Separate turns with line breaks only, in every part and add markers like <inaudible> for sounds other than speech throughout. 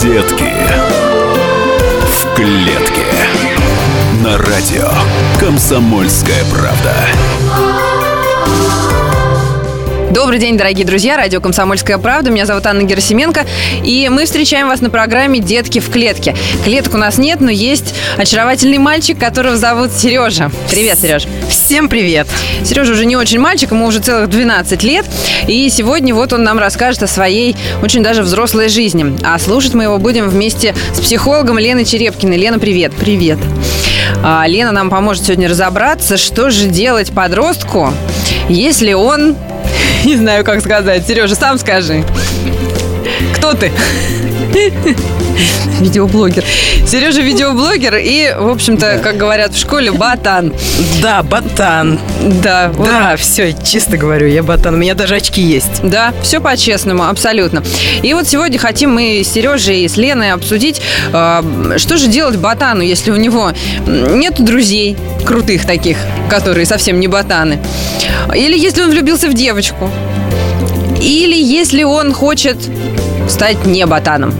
Детки в клетке. На радио Комсомольская правда.
Добрый день, дорогие друзья. Радио «Комсомольская правда». Меня зовут Анна Герасименко. И мы встречаем вас на программе «Детки в клетке». Клеток у нас нет, но есть очаровательный мальчик, которого зовут Сережа. Привет, Сереж.
Всем привет!
Сережа уже не очень мальчик, ему уже целых 12 лет. И сегодня вот он нам расскажет о своей очень даже взрослой жизни. А слушать мы его будем вместе с психологом Леной Черепкиной. Лена, привет!
Привет!
А, Лена нам поможет сегодня разобраться, что же делать подростку, если он... <laughs> Не знаю, как сказать. Сережа, сам скажи. Кто ты? <laughs> Видеоблогер. Сережа видеоблогер и, в общем-то, как говорят в школе, батан.
Да, ботан.
Да, вот
Да, все, честно говорю, я ботан. У меня даже очки есть.
Да, все по-честному, абсолютно. И вот сегодня хотим мы с Сережей и с Леной обсудить, э, что же делать ботану, если у него нет друзей крутых таких, которые совсем не ботаны. Или если он влюбился в девочку. Или если он хочет стать не ботаном.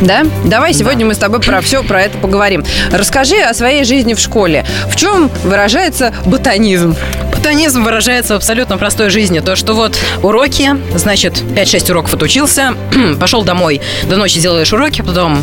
Да? Давай сегодня мы с тобой про все про это поговорим. Расскажи о своей жизни в школе. В чем выражается ботанизм?
Ботанизм выражается в абсолютно простой жизни. То, что вот уроки, значит, 5-6 уроков <clears throat> отучился, пошел домой, до ночи делаешь уроки, потом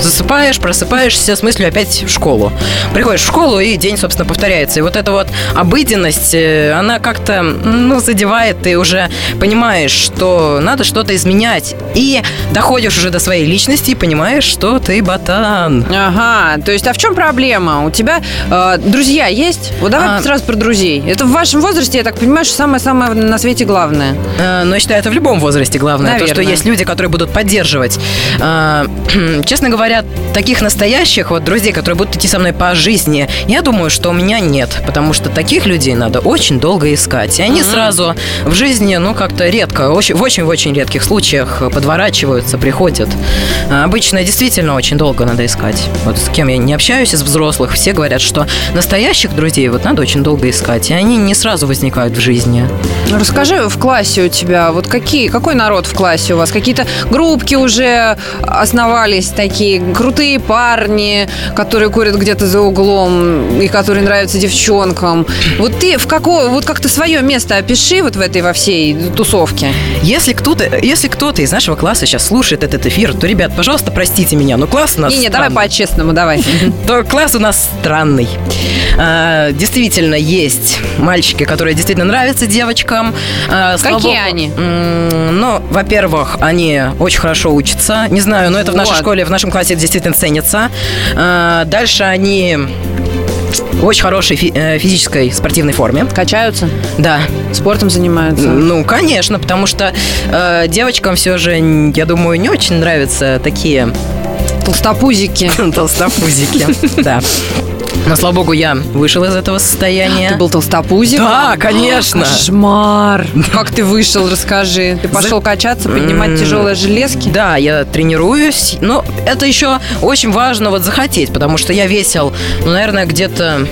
засыпаешь, просыпаешься с мыслью опять в школу. Приходишь в школу, и день, собственно, повторяется. И вот эта вот обыденность, э, она как-то, ну, задевает, ты уже понимаешь, что надо что-то изменять. И доходишь уже до своей личности и понимаешь, что ты ботан.
Ага, то есть, а в чем проблема? У тебя э, друзья есть? Вот давай
А.
сразу про друзей. Это в вашем возрасте, я так понимаю, что самое-самое на свете главное.
Э, Но я считаю, это в любом возрасте главное. То, что
Наверное.
есть люди, которые будут поддерживать. Э, <clears throat> Честно говоря, таких настоящих вот друзей, которые будут идти со мной по жизни, я думаю, что у меня нет. Потому что таких людей надо очень долго искать. И они
Мгм.
сразу в жизни, ну, как-то редко, очень- в очень-очень редких случаях подворачиваются, приходят. А Обычно действительно очень долго надо искать. Вот с кем я не общаюсь из взрослых, все говорят, что настоящих друзей вот надо очень долго искать. И они не сразу возникают в жизни.
Ну, Расскажи в классе у тебя, вот какие, какой народ в классе у вас? Какие-то группки уже основались такие, крутые парни, которые курят где-то за углом и которые нравятся девчонкам. Вот ты в какого, вот как-то свое место опиши вот в этой во всей тусовке.
Если кто-то, если кто-то из нашего класса сейчас слушает этот эфир, то, ребят, пожалуйста, простите меня, но класс у нас
Не-не, давай
странный.
по-честному, давай.
То класс у нас странный. А, действительно, есть мальчики, которые действительно нравятся девочкам. А, слава
Какие
богу,
они?
м, Ну, во-первых, они очень хорошо учатся. Не знаю, но это в нашей
Вот.
школе, в нашем классе это действительно ценится. А, дальше они в очень хорошей фи- э, физической спортивной форме.
Качаются?
Да,
Спортом занимаются.
Ну, конечно, потому что э, девочкам все же, н- я думаю, не очень нравятся такие <laughs>
Толстопузики. <laughs>
толстопузики. Да. Но, слава богу, я вышел из этого состояния.
Ты был толстопузик?
Да, конечно.
Кошмар. Как ты вышел, расскажи. Ты пошел качаться, поднимать
М.
тяжелые железки?
Да, я тренируюсь, но это еще очень важно вот захотеть, потому что я весил, ну, наверное, где-то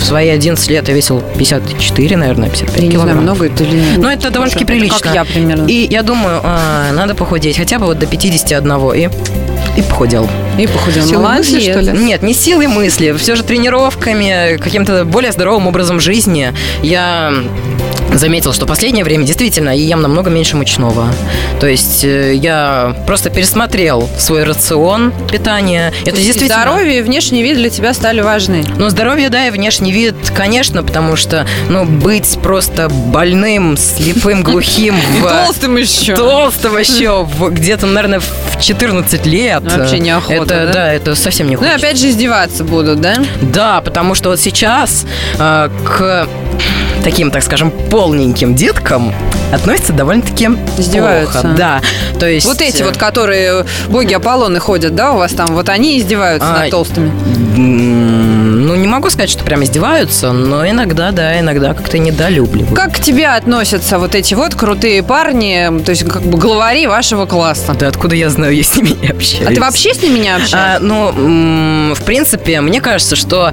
в свои 11 лет я весил 54, наверное, 55
Я не
килограмм.
знаю, много это или нет.
Ну, это довольно-таки
Слушай, это
прилично.
Как я примерно.
И я думаю, а, надо похудеть хотя бы вот до 51 и, и похудел.
И похудел.
Силы мысли,
Молодец.
что ли?
Нет, не силой мысли, все же тренировками, каким-то более здоровым образом жизни. Я заметил, что последнее время действительно я ем намного меньше мучного. То есть э, я просто пересмотрел свой рацион питания. Это
И
действительно...
Здоровье и внешний вид для тебя стали важны.
Ну, здоровье, да, и внешний вид, конечно, потому что, ну, быть просто больным,
<laughs>
слепым, глухим в...
еще.
Толстым еще, в- где-то, наверное, в 14 лет.
Вообще неохота,
Это,
да?
да? это совсем не
Ну и опять же издеваться будут, да?
Да, потому что вот сейчас э, к таким, так скажем, полненьким деткам относятся довольно-таки
Издеваются.
плохо. Да, то есть...
Вот эти
э,
вот, которые боги Аполлоны ходят, да, у вас там, вот они издеваются
А,
над толстыми.
м, Ну, не могу сказать, что прям издеваются, но иногда, да, иногда как-то недолюбливают.
Как к тебе относятся вот эти вот крутые парни, то есть как бы главари вашего класса?
Да откуда я знаю, я с ними не общаюсь.
А ты вообще с ними не общаешься?
А, ну, м, в принципе, мне кажется, что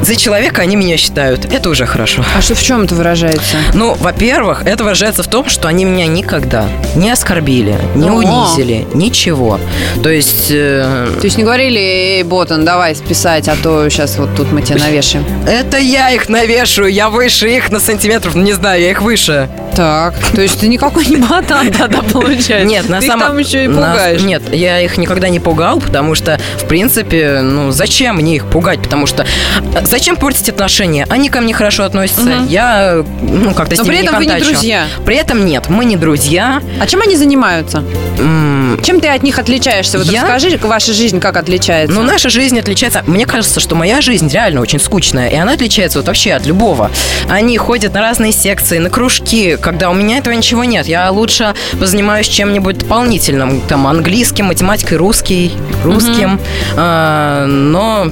за человека они меня считают. Это уже хорошо.
А что в чем это выражается?
Ну, во-первых, это выражается в том, что они меня никогда не оскорбили, не
О.
унизили, ничего. То есть э,
То есть не говорили, эй, Ботан, давай списать, а то сейчас вот тут мы тебя навешаем.
это я их навешаю, я выше их на сантиметров, ну, не знаю, я их выше.
Так, то есть ты никакой не ботан тогда получается.
Нет, на
Э, Ты их
самом
там еще и
на-
пугаешь.
Нет, я их никогда не пугал, потому что, в принципе, ну зачем мне их пугать? Потому что э, зачем портить отношения? Они ко мне хорошо относятся.
Мгм.
Я э, ну как-то с
Но
ними
при этом вы не
контачу.
друзья.
При этом нет, мы не друзья.
А чем они занимаются?
М,
Чем ты от них отличаешься? Вот
Я?
расскажи, ваша жизнь как отличается?
Ну, наша жизнь отличается. Мне кажется, что моя жизнь реально очень скучная, и она отличается вот вообще от любого. Они ходят на разные секции, на кружки, когда у меня этого ничего нет. Я лучше позанимаюсь чем-нибудь дополнительным, там, английским, математикой, русский, русским. А, но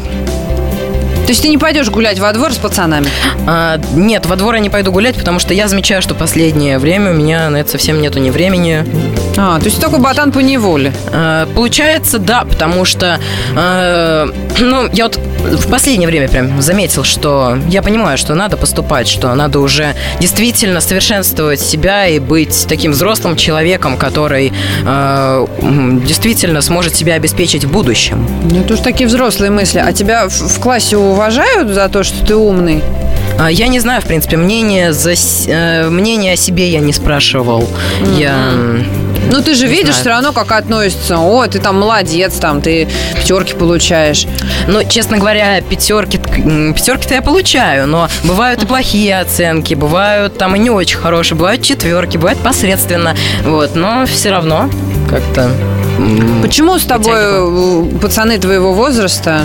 То есть ты не пойдешь гулять во двор с пацанами?
а, нет, во двор я не пойду гулять, потому что я замечаю, что последнее время у меня на это совсем нету ни времени,
А, то есть ты такой ботан по неволе.
Э, Получается, да, потому что, э, ну, я вот в последнее время прям заметил, что я понимаю, что надо поступать, что надо уже действительно совершенствовать себя и быть таким взрослым человеком, который э, м, действительно сможет себя обеспечить в будущем.
Ну, это уж такие взрослые мысли. А тебя в, в классе уважают за то, что ты умный?
А, Я не знаю, в принципе, мнение, за, с- э, мнение о себе я не спрашивал. Я...
Ну, ты же
Не
видишь
знаю.
все равно, как относятся. О, ты там молодец, там, ты пятерки получаешь.
Ну, честно говоря, пятерки, пятерки-то я получаю, но бывают и плохие оценки, бывают там и не очень хорошие, бывают четверки, бывает посредственно, вот, но все равно как-то. м,
Почему с тобой э, пацаны твоего возраста,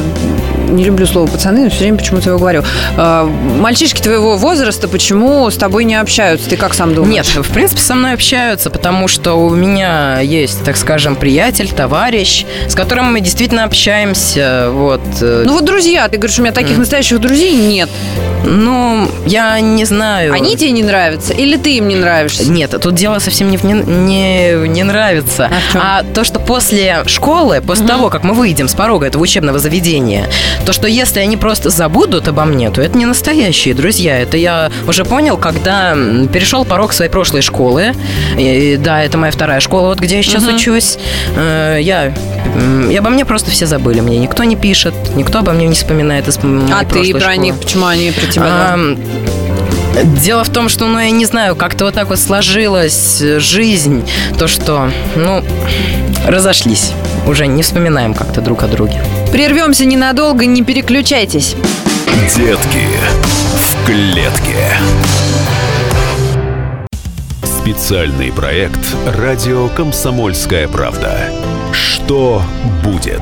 не люблю слово пацаны, но все время почему-то его говорю, э, мальчишки твоего возраста почему с тобой не общаются? Ты как сам думаешь?
Нет, в принципе, со мной общаются, потому что у меня есть, так скажем, приятель, товарищ, с которым мы действительно общаемся, вот. э,
Ну вот друзья, ты говоришь, у меня таких
Мгм.
настоящих друзей нет.
Ну, я не знаю.
Они тебе не нравятся или ты им не нравишься?
Нет, тут дело совсем не в не, не- не нравится.
А в чём?
А, то, что после школы, после
Мгм.
того, как мы выйдем с порога этого учебного заведения, то, что если они просто забудут обо мне, то это не настоящие друзья. Это я уже понял, когда м, перешел порог своей прошлой школы. И- и да, это моя вторая школа, вот где я сейчас
Мгм.
учусь. Э, я, м, и обо мне просто все забыли. Мне никто не пишет, никто обо мне не вспоминает из м,
А
моей прошлой
ты про
школы.
них, почему они про тебя? да?
Ам, Дело в том, что, ну, я не знаю, как-то вот так вот сложилась э, жизнь, то, что, ну, разошлись. Уже не вспоминаем как-то друг о друге.
Прервемся ненадолго, не переключайтесь.
Детки в клетке. Специальный проект «Радио Комсомольская правда». Что будет?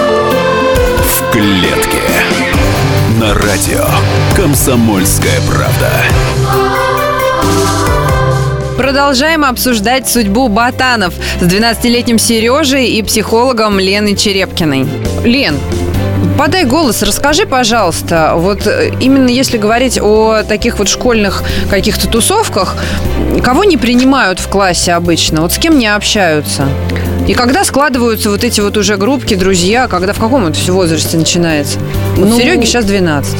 в клетке на радио «Комсомольская правда».
Продолжаем обсуждать судьбу ботанов с 12-летним Сережей и психологом Леной Черепкиной. Лен, подай голос, расскажи, пожалуйста, вот э, именно если говорить о таких вот школьных каких-то тусовках, кого не принимают в классе обычно, вот с кем не общаются? И когда складываются вот эти вот уже группки, друзья, когда в каком это все возрасте начинается? Вот
Ну,
Сереге сейчас 12.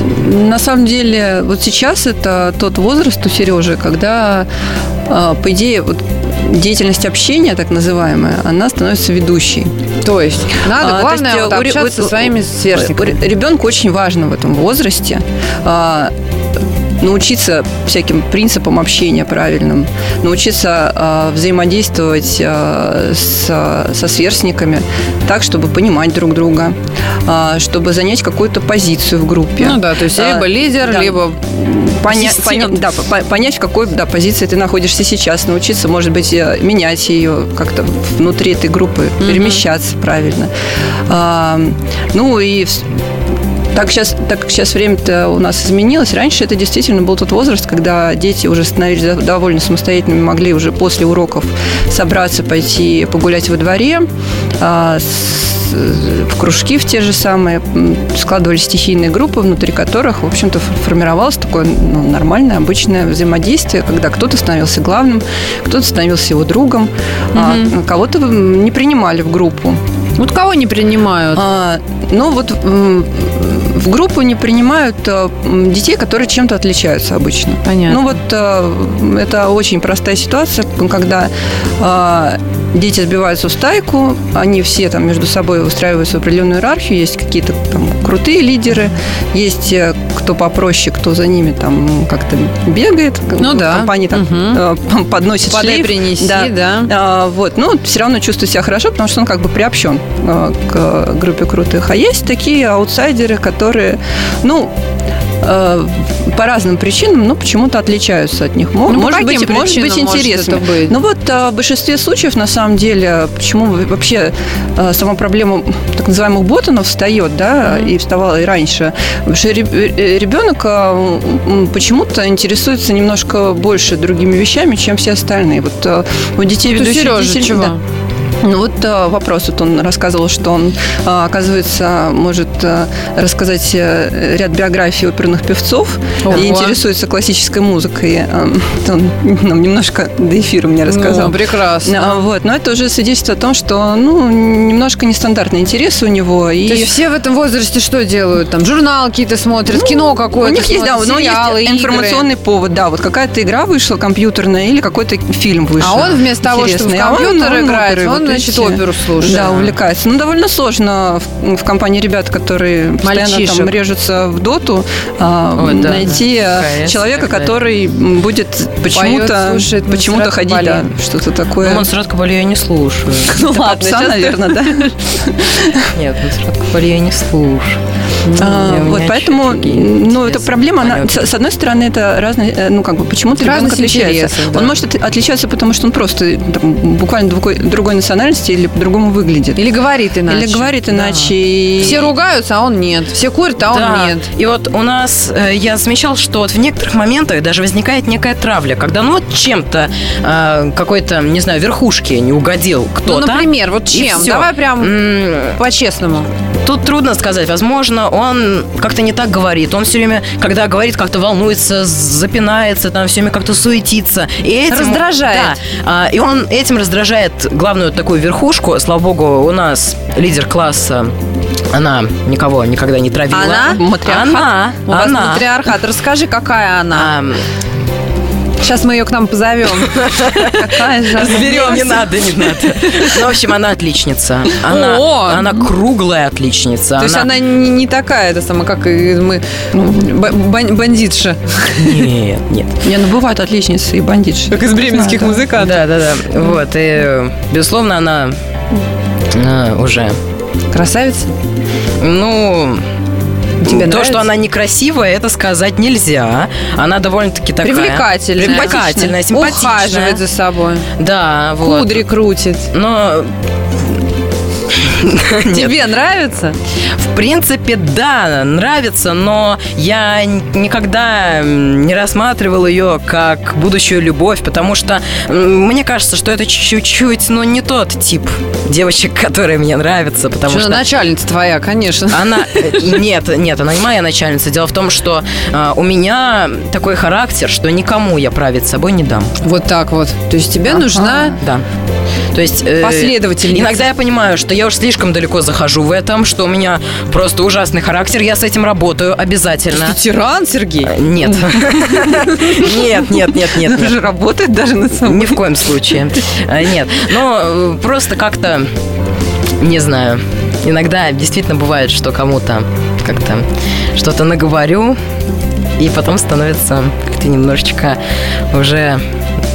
На самом деле, вот сейчас это тот возраст у Сережи, когда, э, по идее, вот деятельность общения, так называемая, она становится ведущей.
То есть надо,
А, то
главное,
есть,
вот
э, у ре-
общаться
у-
со своими
У
сверстниками.
ре- Ребенку очень важно в этом возрасте а, научиться всяким принципам общения правильным, научиться э, взаимодействовать э, с- со сверстниками так, чтобы понимать друг друга, э, чтобы занять какую-то позицию в группе.
Ну да, то есть
А,
либо лидер,
да.
либо
Поня-
ассистент.
поня- да, по- понять, в какой да, позиции ты находишься сейчас, научиться, может быть, э, менять ее как-то внутри этой группы, перемещаться правильно. А, ну и вс- так, сейчас, так как сейчас время-то у нас изменилось, раньше это действительно был тот возраст, когда дети уже становились до- довольно самостоятельными, могли уже после уроков собраться, пойти погулять во дворе, а, с- в кружки в те же самые, м, складывались стихийные группы, внутри которых, в общем-то, ф- формировалось такое ну, нормальное, обычное взаимодействие, когда кто-то становился главным, кто-то становился его другом, а кого-то м, не принимали в группу.
Вот кого не принимают?
А, ну вот м, в группу не принимают а, м, детей, которые чем-то отличаются обычно.
Понятно.
Ну вот а, это очень простая ситуация, когда а, дети сбиваются в стайку, они все там между собой выстраиваются в определенную иерархию, есть какие-то там крутые лидеры, есть э, кто попроще, кто за ними там как-то бегает,
Ну да.
компании там
Мгм.
э, <laughs> подносит
Подай,
шлейф.
принеси, да. Ну,
А, вот, но все равно чувствует себя хорошо, потому что он как бы приобщен а, к а, группе крутых. А есть такие аутсайдеры, которые, ну, э, по разным причинам, ну, почему-то отличаются от них. Мо-
Ну, по
может,
каким
быть, может быть,
причинам может
интересно.
это быть?
Ну, вот а, в большинстве случаев, на самом деле, почему вы- вообще а, сама проблема так называемых ботанов встает, да, и вставала и раньше. Потому что ре- э, ребенок а, м, почему-то интересуется немножко больше другими вещами, чем все остальные. Вот а, у детей
Ты,
ведущих
Сережа,
детей-
чего?
да. Ну вот э, вопрос, вот он рассказывал, что он, э, оказывается, может э, рассказать э, ряд биографий оперных певцов
Ого.
и интересуется классической музыкой. Э, <laughs> это он нам немножко до эфира мне рассказал.
Ну, прекрасно.
А, Вот, но это уже свидетельство о том, что, ну, немножко нестандартные интересы у него. И...
То есть все в этом возрасте что делают? Там журнал какие-то смотрят, кино
У
какое-то
них есть, да,
смотрят,
но у них
сериалы,
есть
игры.
информационный повод, да, вот какая-то игра вышла компьютерная или какой-то фильм вышел.
А он вместо того, чтобы в
интересный, а он-
компьютер
он
играть,
оперы,
он,
вот
значит,
эти.
оперу слушает.
Да, увлекается. Ну, довольно сложно в, в компании ребят, которые постоянно
Мальчишек.
там режутся в доту, а,
Ой, да,
найти
да.
а,
КС и
человека,
так далее.
который м, будет почему-то
слушает ну,
почему-то
Монсеррат
ходить, да,
Кабале.
что-то
Ну,
такое.
Монсеррат Кабале я не слушаю.
Ну, попса,
<laughs>
наверное, да.
Нет, Монсеррат Кабале я не слушаю.
А,
У меня
Вот
чуть
поэтому,
другие
ну,
интересы.
эта проблема, она,
Понятно.
с с одной стороны, это разные, э, ну, как бы, почему-то ребенок
Разность
отличается.
интересов, да.
Он может от- отличаться, потому что он просто там, буквально другой, другой национальности или по-другому выглядит.
Или говорит иначе.
Или говорит
Да.
иначе. и-
Все ругаются, а он нет. Все курят, а он
Да.
нет.
И вот у нас, э, я замечал, что вот в некоторых моментах даже возникает некая травля, когда ну вот чем-то э, какой-то, не знаю, верхушке не угодил
Ну,
кто-то.
например, вот
и
чем?
всё.
Давай прям
М,
по-честному.
Тут трудно сказать. Возможно, он как-то не так говорит. Он все время, когда говорит, как-то волнуется, запинается, там все время как-то суетится. И этим-
Раздражает.
Да. А, И он этим раздражает главную такую верхушку. Слава богу, у нас лидер класса, она никого никогда не травила.
Она?
Матриархат.
Она.
У вас
она.
матриархат. Расскажи, какая она.
А,
Сейчас мы ее к нам позовем.
<laughs>
Какая же
Разберем, не надо, не надо. Ну, в общем, она отличница. Она,
О!
она круглая отличница.
То есть она не не такая, это самое, как и мы,
Ну,
б- бан- бандитша.
<laughs> Нет, нет.
Не, ну бывают отличницы и бандитши.
из
Да, да.
музыкантов.
Да, да, да. Вот, и, э, безусловно, она э, уже,
Красавица.
ну...
Тебе
то,
нравится?
что она некрасивая, это сказать нельзя. Она довольно-таки такая...
Привлекательная.
Привлекательная, симпатичная.
Ухаживает за собой.
Да, вот.
Кудри
<laughs>
крутит.
Но,
Тебе нравится?
в принципе, да, нравится, но я н- никогда м, не рассматривал ее как будущую любовь, потому что м, мне кажется, что это чуть-чуть, ну, не тот тип девочек, <laughs> которые мне нравятся, потому
Что
что...
начальница твоя, конечно.
Она э, нет, нет, она не моя начальница. Дело в том, что э, у меня такой характер, что никому я править собой не дам.
Вот так вот. То есть тебе
Ага.
нужна
Да. То есть э,
последовательница.
Иногда я понимаю, что я уж слишком далеко захожу в этом, что у меня просто ужасный характер, я с этим работаю обязательно.
Ты типа? тиран, Сергей?
Э, Нет. <laughs> Нет, нет, нет, нет,
Она
нет.
же работает даже на
Ну.
самом
Ни в коем случае. Э, Нет. Но э, просто как-то, не знаю, иногда действительно бывает, что кому-то как-то что-то наговорю, и потом становится как-то немножечко уже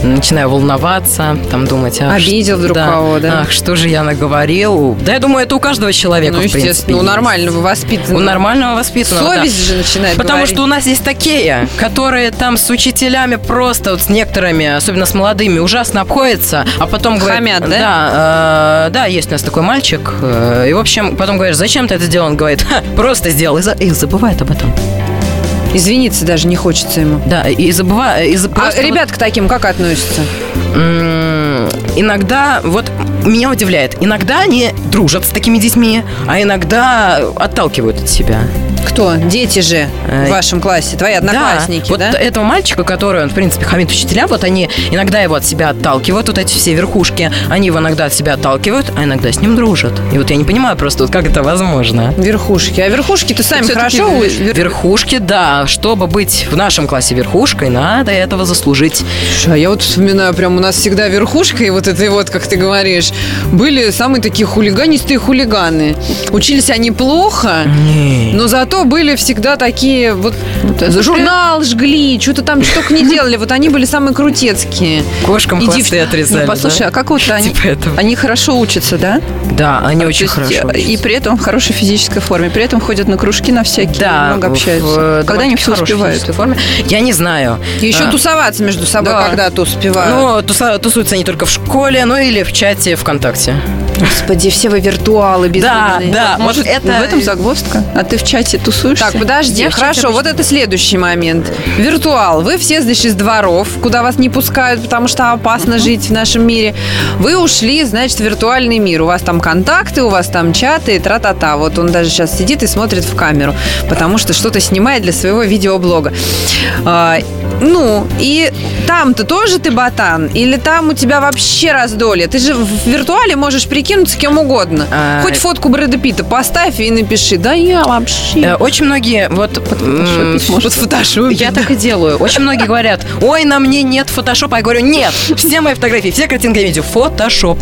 начинаю волноваться, там думать, а
Обидел
что-
вдруг кого, да?
Ах, что же я наговорил? Да, я думаю, это у каждого человека,
Ну,
в принципе,
естественно, у
есть.
нормального воспитанного.
У нормального воспитанного, да.
Совесть же начинает
Потому
э, говорить.
что у нас есть такие, которые там с учителями просто, вот с некоторыми, особенно с молодыми, ужасно обходятся, а потом говорят...
Хамят, да?
Да, э, да, есть у нас такой мальчик. э, и, в общем, потом говоришь, зачем ты это сделал? Он говорит, «Ха, просто сделал. И, за- и забывает об этом.
Извиниться даже не хочется ему.
Да, и забывает... И за-
А
просто вот-
ребят к таким как относятся?
М, иногда, вот меня удивляет, иногда они дружат с такими детьми, а иногда отталкивают от себя.
Кто? Дети же
Э,
в вашем классе, твои одноклассники,
вот
да?
этого мальчика, который, он, в принципе, хамит учителя, вот они иногда его от себя отталкивают, вот эти все верхушки, они его иногда от себя отталкивают, а иногда с ним дружат. И вот я не понимаю просто, вот как это возможно.
Верхушки. А верхушки ты сами
Всё-таки
хорошо
вер-
учишь?
Верхушки, да, чтобы быть в нашем классе верхушкой, надо этого заслужить.
Слушай, А я вот вспоминаю, прям у нас всегда верхушка, и вот этой вот, как ты говоришь, были самые такие хулиганистые хулиганы. Учились они плохо, но зато были всегда такие вот журнал жгли, что-то там, что только <laughs> не делали. Вот они были самые крутецкие.
Ну, Кошкам
Иди
хвосты
в-
отрезали.
Ну,
да?
послушай, а как вот они,
Типа этого.
они хорошо учатся, да?
Да, они
То
очень
есть,
хорошо.
э, И
учатся.
при этом в хорошей физической форме, при этом ходят на кружки на всякие,
да,
много
э,
в-
общаются.
в
Когда они
довольно-таки
все
хорошей
успевают?
физической форме. Я не знаю.
И еще
А.
тусоваться между собой
Да.
когда-то успевают.
Ну, туса- тусуются они только в школе, ну или в чате ВКонтакте.
господи, все вы виртуалы
Да, да, вот
Может,
это...
в этом загвоздка? А ты в чате тусуешься?
Так, подожди,
Девчонки
хорошо, вот это следующий момент. Виртуал. Вы все значит, из дворов, куда вас не пускают, потому что опасно жить в нашем мире. Вы ушли, значит, в виртуальный мир. У вас там контакты, у вас там чаты и тра-та-та. Вот он даже сейчас сидит и смотрит в камеру, потому что что-то снимает для своего видеоблога. А, ну, и там-то тоже ты ботан? Или там у тебя вообще раздолье? Ты же в виртуале можешь прикинуться кем угодно.
А,
Хоть фотку Брэда Питта поставь и напиши. Да я вообще...
Э, Очень многие, вот... м,
фотошопить может.
Я так и делаю. Очень многие говорят, ой, на мне нет фотошопа. Я говорю, нет, все мои фотографии, все картинки я видео, фотошоп.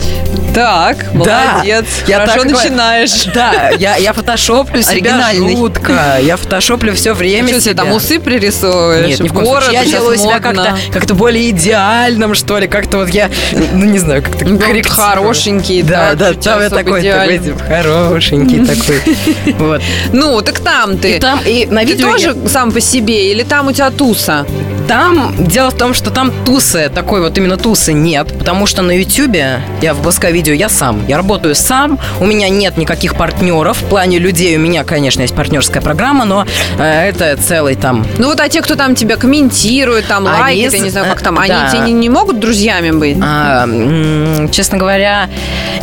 Так, молодец.
я
Хорошо
так и говорю.
начинаешь.
Да, я, я фотошоплю себя
Оригинальный.
жутко. Я фотошоплю все время
Что себе
себя.
там усы пририсовываешь?
Нет, ни в коем
Бороду
случае. Я
сейчас
делаю себя
модно.
как-то как более идеальным, что ли. Как-то вот я, ну не знаю, как-то
Ну, вот
корректирую.
хорошенький,
Да,
да,
да,
чуть
там я
особо
такой, такой,
идеальный.
типа, хорошенький такой.
<laughs>
Вот.
Ну, так там ты.
И там, и на
Ты
видео я-
тоже сам по себе или там у тебя туса?
Там дело в том, что там тусы, такой вот именно тусы нет, потому что на Ютубе, я в Баска видео, я сам, я работаю сам, у меня нет никаких партнеров, в плане людей у меня, конечно, есть партнерская программа, но э, это целый там...
Ну вот а те, кто там тебя комментирует, там
Они
лайкает, я
с-
не знаю, как там,
э,
они
да.
тебе не, не могут друзьями быть?
а, м, честно говоря,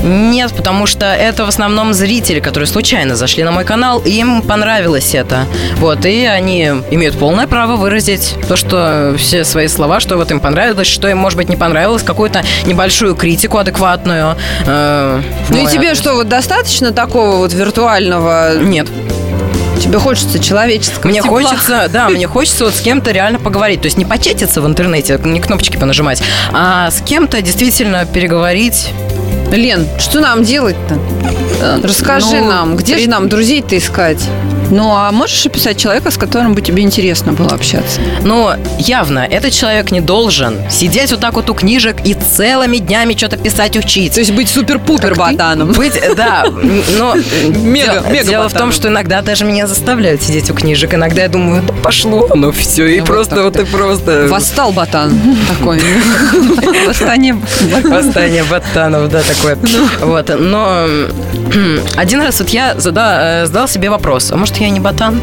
нет, потому что это в основном зрители, которые случайно зашли на мой канал, и им понравилось это. Вот, и они имеют полное право выразить то, что все свои слова, что вот им понравилось, что им, может быть, не понравилось, какую-то небольшую критику адекватную. э, в
Ну и
мой
тебе
адрес.
что, вот достаточно такого вот виртуального?
Нет.
Тебе хочется человеческого
Мне
тепла?
хочется,
<laughs>
да, мне хочется вот с кем-то реально поговорить. То есть не почетиться в интернете, не кнопочки понажимать, а с кем-то действительно переговорить.
Лен, что нам делать-то? Расскажи
ну,
нам, где
при-
же нам друзей-то искать?
Ну, а можешь описать человека, с которым бы тебе интересно было общаться?
Но явно этот человек не должен сидеть вот так вот у книжек и целыми днями что-то писать, учить.
То есть быть супер-пупер ботаном.
Быть, да, но
Мега-
дело,
мега
дело в том,
ботаном.
что иногда даже меня заставляют сидеть у книжек. Иногда я думаю, да пошло оно все, и
Ну, вот
просто
так
вот
ты.
и просто
Восстал ботан
<laughs>
такой.
Восстание.
восстание ботанов, да,
<laughs>
такое.
Ну.
Вот, но <clears throat> м, один раз вот я зада- э, задал себе вопрос, а может я не ботан?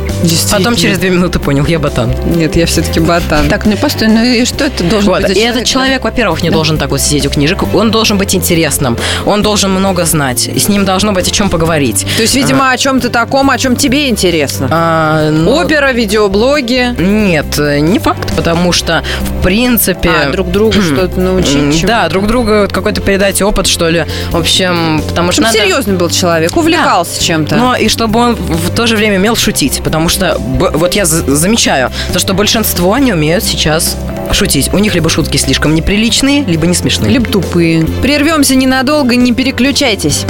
Потом через две минуты понял, я ботан.
Нет, я все-таки ботан.
Так, ну и постой, ну и что это должен
Вот,
быть за
И этот человек, во-первых, не должен так вот сидеть у книжек. Он должен быть интересным. Он должен много знать. И с ним должно быть о чем поговорить.
То есть, видимо, о чем-то таком, о чем тебе интересно.
А, но-
Опера, видеоблоги.
Нет, э, не факт, потому что, в принципе...
А, друг другу что-то
м,
научить. чему.
Да, друг другу вот какой-то передать опыт, что ли. В общем, потому что
Чтобы
надо... Ну,
серьезный был человек, увлекался чем-то.
Но и чтобы он в то же время умел шутить, потому что б- вот я за- замечаю, то что большинство не умеют сейчас шутить. У них либо шутки слишком неприличные, либо не смешные.
Либо тупые. Прервемся ненадолго, не переключайтесь.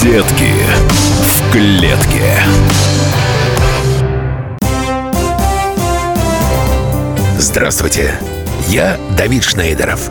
Детки в клетке.
Здравствуйте. Я Давид Шнейдеров.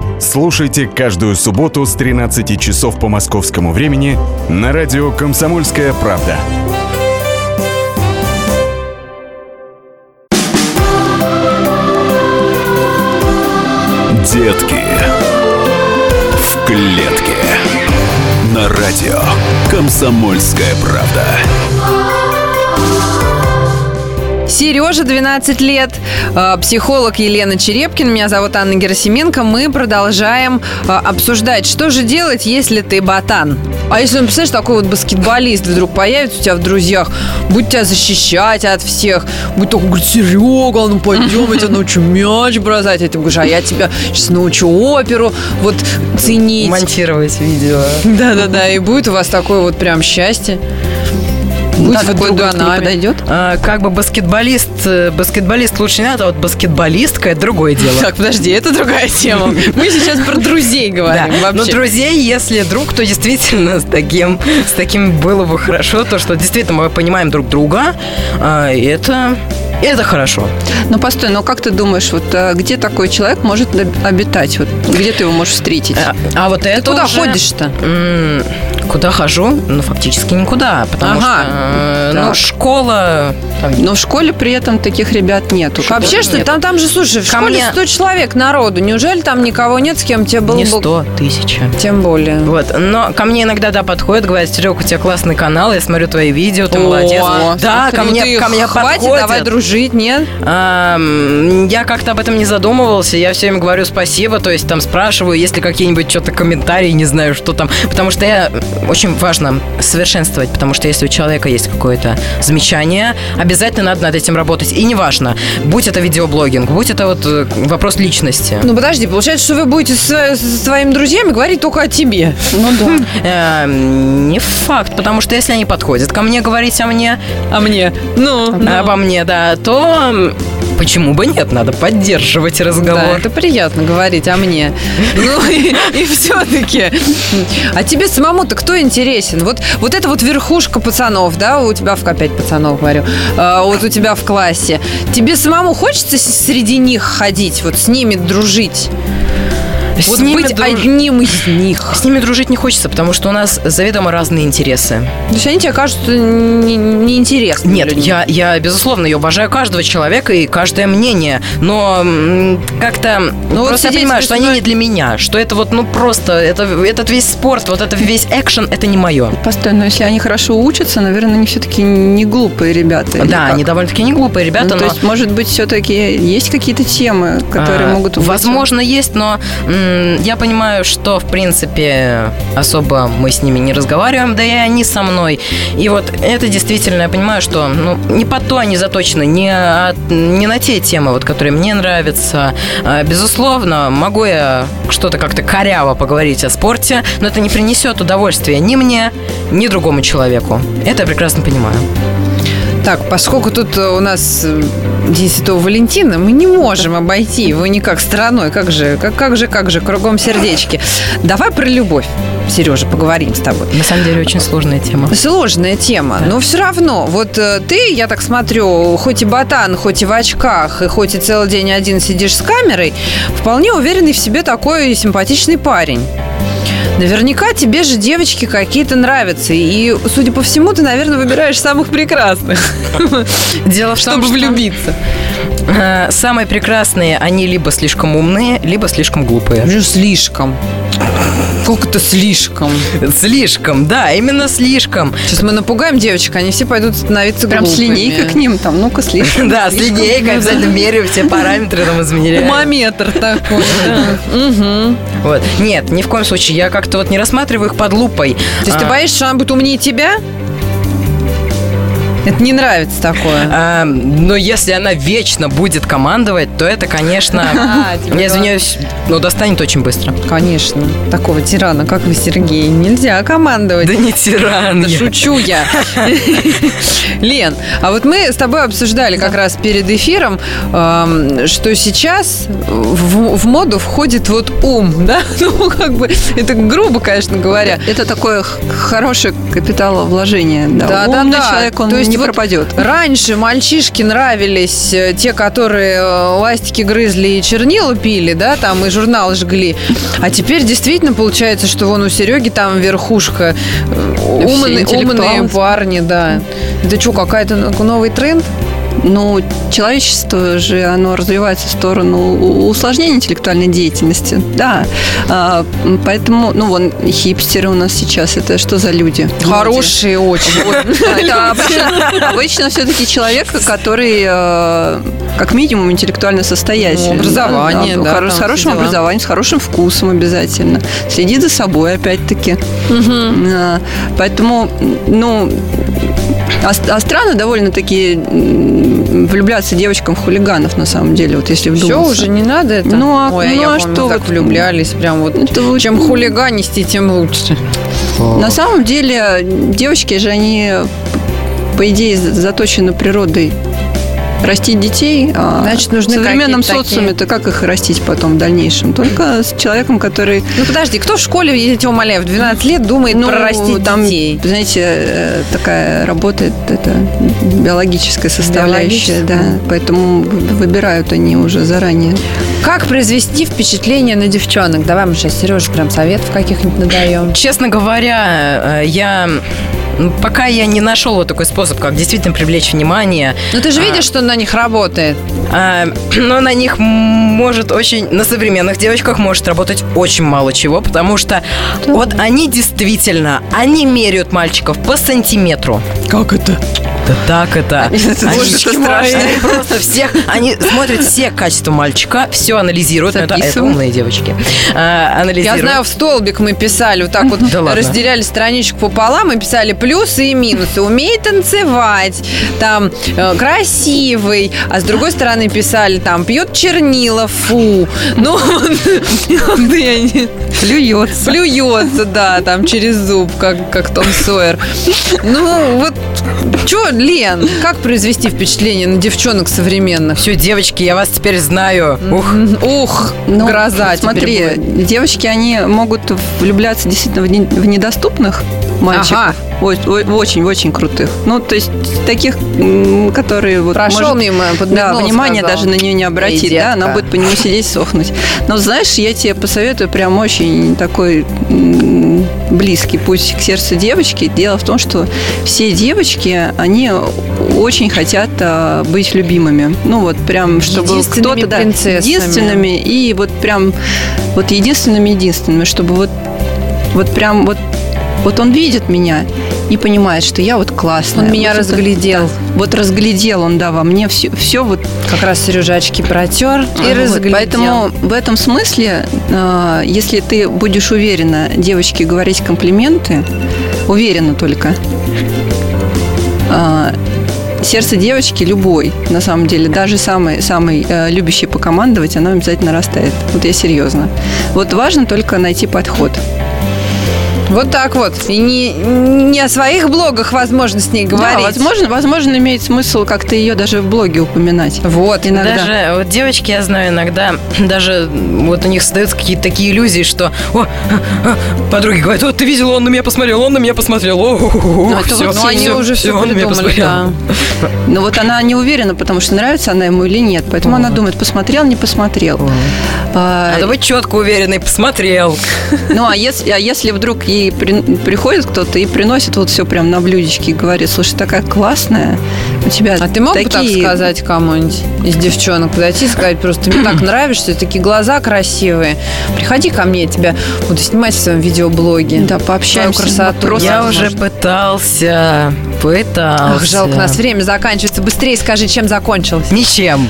Слушайте каждую субботу с 13 часов по московскому времени на радио «Комсомольская правда».
Детки в клетке на радио Комсомольская правда.
Сережа, 12 лет, э, психолог Елена Черепкин, меня зовут Анна Герасименко. Мы продолжаем э, обсуждать, что же делать, если ты ботан. А если, ну, представляешь, такой вот баскетболист вдруг появится у тебя в друзьях, будет тебя защищать от всех, будет только говорить, Серега, ну пойдем, я тебя научу мяч бросать. А ты говоришь, а я тебя сейчас научу оперу, вот ценить.
Монтировать видео.
Да-да-да, и будет у вас такое вот прям счастье. Будет
Ну Так,
вот
друг к ней
Данами.
подойдет?
А, как бы баскетболист, э, баскетболист лучше не надо, а вот баскетболистка это другое дело.
Так, подожди, это другая тема. Мы сейчас про друзей
Да,
говорим
но
вообще.
друзей, если друг, то действительно с таким, с таким было бы хорошо, то что действительно мы понимаем друг друга, а, и это, и это хорошо.
Ну, постой, но как ты думаешь, вот а, где такой человек может наб- обитать? Вот где ты его можешь встретить?
Э,
А, а вот это
Куда
уже-
ходишь-то?
М, Куда хожу? Ну, фактически никуда,
Ага.
потому что э, ну,
Так.
школа... там,
Но в школе при этом таких ребят нет.
Вообще, что ли?
нет.
там, там же, слушай, в
Ко
школе
мне-
100 человек народу. Неужели там никого нет, с кем тебе было
не
бы...
сто тысяча.
Тем более.
Вот, но ко мне иногда, да, подходят, говорят, Серег, у тебя классный канал, я смотрю твои видео, ты молодец.
О,
Да,
смотри,
ко
ну ты
мне, ко мне
хватит,
подходят.
давай дружить, нет?
Ам, Я как-то об этом не задумывался, я все им говорю спасибо, то есть там спрашиваю, если какие-нибудь что-то комментарии, не знаю, что там. Потому что я очень важно совершенствовать, потому что если у человека есть какое-то замечание, обязательно надо над этим работать. И неважно, будь это видеоблогинг, будь это вот э, вопрос личности.
Ну, подожди, получается, что вы будете с, с своими друзьями говорить только о тебе.
Ну да.
Эм, Не факт, потому что если они подходят ко мне говорить о мне,
<laughs> А мне? Ну,
обо А мне, да, то м, почему бы нет, надо поддерживать
Да,
разговор.
это приятно говорить о
<laughs>
мне. Ну и, и все-таки. А тебе самому-то кто интересен? Вот, вот это вот верхушка пацанов, да, у тебя в опять пацанов говорю, а, вот у тебя в классе. Тебе самому хочется с- среди них ходить, вот с ними дружить?
С
вот
ними
быть
друж-
одним из них.
С ними дружить не хочется, потому что у нас заведомо разные интересы.
То есть они тебе кажутся не- неинтересными
Нет,
людьми.
я, я, безусловно, я уважаю каждого человека и каждое мнение, но м, как-то ну,
вот
просто я
сидеть
понимаю,
здесь
что они
мной-
не для меня, что это вот, ну, просто, это, этот весь спорт, вот этот весь экшен, это не мое.
Постой, но если они хорошо учатся, наверное, они все-таки не глупые ребята. или
Да,
как?
они довольно-таки не глупые
Ну,
ребята,
то
но...
есть, может быть, все-таки есть какие-то темы, которые
а,
могут... быть-
Возможно, есть, но м, я понимаю, что, в принципе, особо мы с ними не разговариваем, да и они со мной. И вот это действительно, я понимаю, что ну, не по то они заточены, не, от- не на те темы, вот, которые мне нравятся. А, Безусловно, могу я что-то как-то коряво поговорить о спорте, но это не принесет удовольствия ни мне, ни другому человеку. Это я прекрасно понимаю.
Так, поскольку тут э, у нас э, День Святого Валентина, мы не можем обойти его никак стороной. Как же, как, как же, как же, кругом сердечки. Давай про любовь, Сережа, поговорим с тобой.
На самом деле, очень сложная тема.
Сложная тема, но все равно. Вот э, ты, я так смотрю, хоть и ботан, хоть и в очках, и хоть и целый день один сидишь с камерой, вполне уверенный в себе такой симпатичный парень. Наверняка тебе же девочки какие-то нравятся. И, судя по всему, ты, наверное, выбираешь самых прекрасных,
Дело в
чтобы влюбиться.
Э, Самые прекрасные, они либо слишком умные, либо слишком глупые.
Ну, слишком. Как это слишком?
Слишком, да, именно слишком.
Сейчас мы напугаем девочек, они все пойдут становиться
Прям с
глупыми.
линейкой к ним, там, ну-ка, с линейкой.
Да, с
ну
линейкой обязательно меряю все параметры, там измеряю.
Умометр
<laughs>
такой. да. Мгм.
Вот. Нет, ни в коем случае, я как-то вот не рассматриваю их под лупой.
То есть ты
А,
боишься, что она будет умнее тебя? Это не нравится такое.
А, но если она вечно будет командовать, то это,
<laughs>
конечно,
А, типа,
я извиняюсь, но достанет очень быстро.
Конечно. Такого тирана, как вы, Сергей, нельзя командовать.
Да не тиран.
Да
я.
Шучу я. Лен, а вот мы с тобой обсуждали как раз перед эфиром, эм, что сейчас в, в моду входит вот ум, да? <laughs> Ну, как бы, это грубо, конечно говоря.
<laughs> Это такое х- хорошее капиталовложение. Да,
Да-да-да.
Умный человек, он
То есть
не
вот
пропадет.
Раньше мальчишки нравились э, те, которые э, ластики грызли и чернила пили, да, там и журнал жгли. А теперь действительно получается, что вон у Сереги там верхушка. э, Умные, умные
интеллектуалы.
парни, да. Это что, какая-то ну, новый тренд?
Но человечество же, оно развивается в сторону у- усложнения интеллектуальной деятельности. Да. А, м, поэтому, ну, вон, хипстеры у нас сейчас. Это что за люди?
Хорошие очень.
<laughs> Да, Это
<laughs>
обычно, все-таки человек, который э, как минимум интеллектуально состоятельный.
Ну, образование, да,
хоро-
там
с
все
хорошим
дела.
образованием, с хорошим вкусом обязательно. Следит за собой, опять-таки. Э, Поэтому, ну, а, с- а странно довольно-таки м, влюбляться девочкам в хулиганов, на самом деле, вот если
Все,
вдуматься.
уже не надо это.
Ну, а-
Ой,
ну,
я помню,
а что
так
вот-
влюблялись, прям вот.
Это вот-
Чем хулиганистей, тем лучше.
На самом деле, девочки же, они, по идее, за- заточены природой растить детей. а
Значит, нужны
В современном
какие-то такие.
социуме это как их растить потом в дальнейшем? Только с человеком, который...
Ну подожди, кто в школе, я тебя умоляю, в 12 лет думает
ну,
про растить
там,
детей?
знаете, э, такая работает, это биологическая составляющая,
Биологическая.
да. Поэтому вы- выбирают они уже заранее.
Как произвести впечатление на девчонок? Давай мы сейчас Сереже прям советов каких-нибудь надаем.
Честно говоря, э, я ну, пока я не нашел вот такой способ, как действительно привлечь внимание.
Ну ты же
А.
видишь, что на них работает.
А, <clears throat> но на них м, может очень, на современных девочках может работать очень мало чего, потому что вот они действительно, они меряют мальчиков по сантиметру.
Как это?
Да так это. Они
Боже, это страшно.
Они просто всех, они смотрят все качества мальчика, все анализируют. Ну, Это, это
Записываем.
умные девочки. А,
Я
анализируют.
знаю, в столбик мы писали, вот так вот
Да ладно.
разделяли страничку пополам и писали плюсы и минусы. Умей танцевать, там, э, красивый, а с другой стороны писали, там, пьет чернила, фу. Ну, да <laughs> я не-
Плюется.
плюется, да, там, через зуб, как, как Том Сойер. Ну, вот, что, Лен, как произвести впечатление на девчонок современных?
Все, девочки, я вас теперь знаю. Ух.
М, Ух,
Ну,
гроза теперь
Смотри,
будет.
девочки, они могут влюбляться действительно в не- в недоступных мальчиков.
Ага.
Очень-очень крутых. Ну, то есть таких, м, которые... вот
Прошел
может,
мимо,
Да,
подмигнул,
внимание
сказал.
даже на нее не
Эй,
обратит,
детка.
да, она будет по нему сидеть сохнуть. Но знаешь, я тебе посоветую прям очень такой м, близкий путь к сердцу девочки. Дело в том, что все девочки, они очень хотят а, быть любимыми. Ну вот прям, чтобы
Единственными
кто-то, да,
принцессами.
единственными и вот прям вот единственными единственными, чтобы вот вот прям вот вот он видит меня и понимает, что я вот классная.
Он меня
Вот это-
разглядел.
Вот разглядел он, да, во мне все, все вот
Как раз Сережа очки протер и
вот,
разглядел.
Поэтому в этом смысле, э, если ты будешь уверенно девочке говорить комплименты, уверенно только, э, сердце девочки любой, на самом деле, даже самый, самый э, любящий покомандовать, оно обязательно растает. Вот я серьезно. Вот важно только найти подход.
Вот так вот. И не, не о своих блогах возможно с ней говорить.
Да, возможно, возможно, имеет смысл как-то ее даже в блоге упоминать.
Вот, и
Иногда.
Даже вот девочки, я знаю, иногда <clears throat> даже вот у них создаются какие-то такие иллюзии, что о, а, а», подруги говорят, вот ты видел, он на меня посмотрел, он на меня посмотрел, о, о, о, о,
это
всё,
вот, ну,
всё,
они
всё,
уже
всё,
все
он на меня
придумали,
посмотрел».
да.
Но вот она не уверена, потому что нравится она ему или нет. Поэтому она думает, посмотрел, не посмотрел. А,
Надо быть четко уверенной, посмотрел.
Ну, а если, а если вдруг ей при- приходит кто-то и приносит вот все прям на блюдечке и говорит, слушай, такая классная, у тебя
А ты мог бы так
такие-
сказать кому-нибудь из девчонок? Подойти и сказать, просто ты мне так нравишься, такие глаза красивые. Приходи ко мне, я тебя буду снимать в своем видеоблоге.
Да,
Твою
пообщаемся.
красоту.
Просто
Я
возможно.
уже пытался, пытался.
Ах, жалко, у нас время заканчивается. Быстрее скажи, чем закончилось.
Ничем.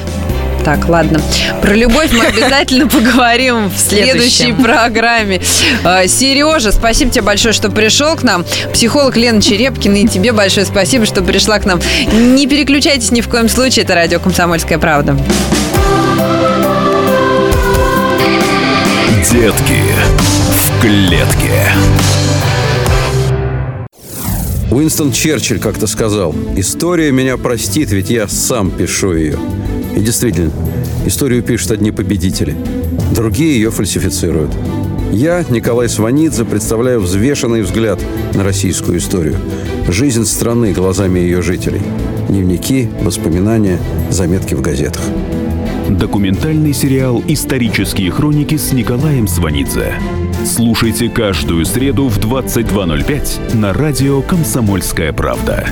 Так, ладно. Про любовь мы обязательно поговорим в следующей
следующем.
программе. А, Сережа, спасибо тебе большое, что пришел к нам. Психолог Лена Черепкина, и тебе большое спасибо, что пришла к нам. Не переключайтесь ни в коем случае, это радио «Комсомольская правда».
Детки в клетке.
Уинстон Черчилль как-то сказал, «История меня простит, ведь я сам пишу ее». И действительно, историю пишут одни победители, другие ее фальсифицируют. Я, Николай Сванидзе, представляю взвешенный взгляд на российскую историю. Жизнь страны глазами ее жителей. Дневники, воспоминания, заметки в газетах.
Документальный сериал «Исторические хроники» с Николаем Сванидзе. Слушайте каждую среду в 22.05 на радио «Комсомольская правда».